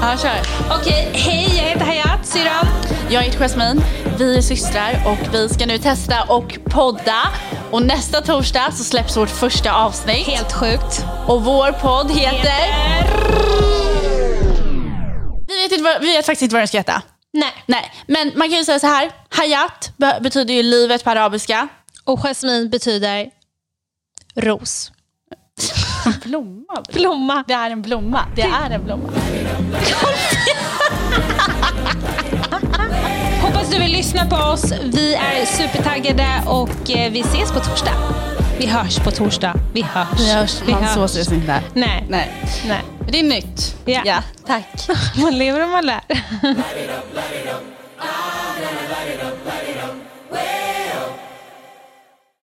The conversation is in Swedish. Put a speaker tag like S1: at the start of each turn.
S1: han kör.
S2: Okej, hej, jag heter Hayat, syrran.
S1: Jag heter Jasmine. Vi är systrar och vi ska nu testa och podda. Och nästa torsdag så släpps vårt första avsnitt.
S2: Helt sjukt.
S1: Och vår podd heter... Vi vet, inte vad, vi vet faktiskt inte vad den ska heta.
S2: Nej.
S1: Nej, men man kan ju säga så här. Hayat be- betyder ju livet på arabiska.
S2: Och jasmin betyder ros.
S1: Blomma?
S2: Blomma.
S1: Det är en blomma. Det är en blomma.
S2: Hoppas du vill lyssna på oss. Vi är supertaggade och eh, vi ses på torsdag. Vi hörs på torsdag. Vi hörs. Vi hörs.
S1: inte.
S2: Nej.
S1: Nej.
S2: Nej.
S1: Men det är nytt.
S2: Ja.
S1: tack.
S2: Man lever och man lär.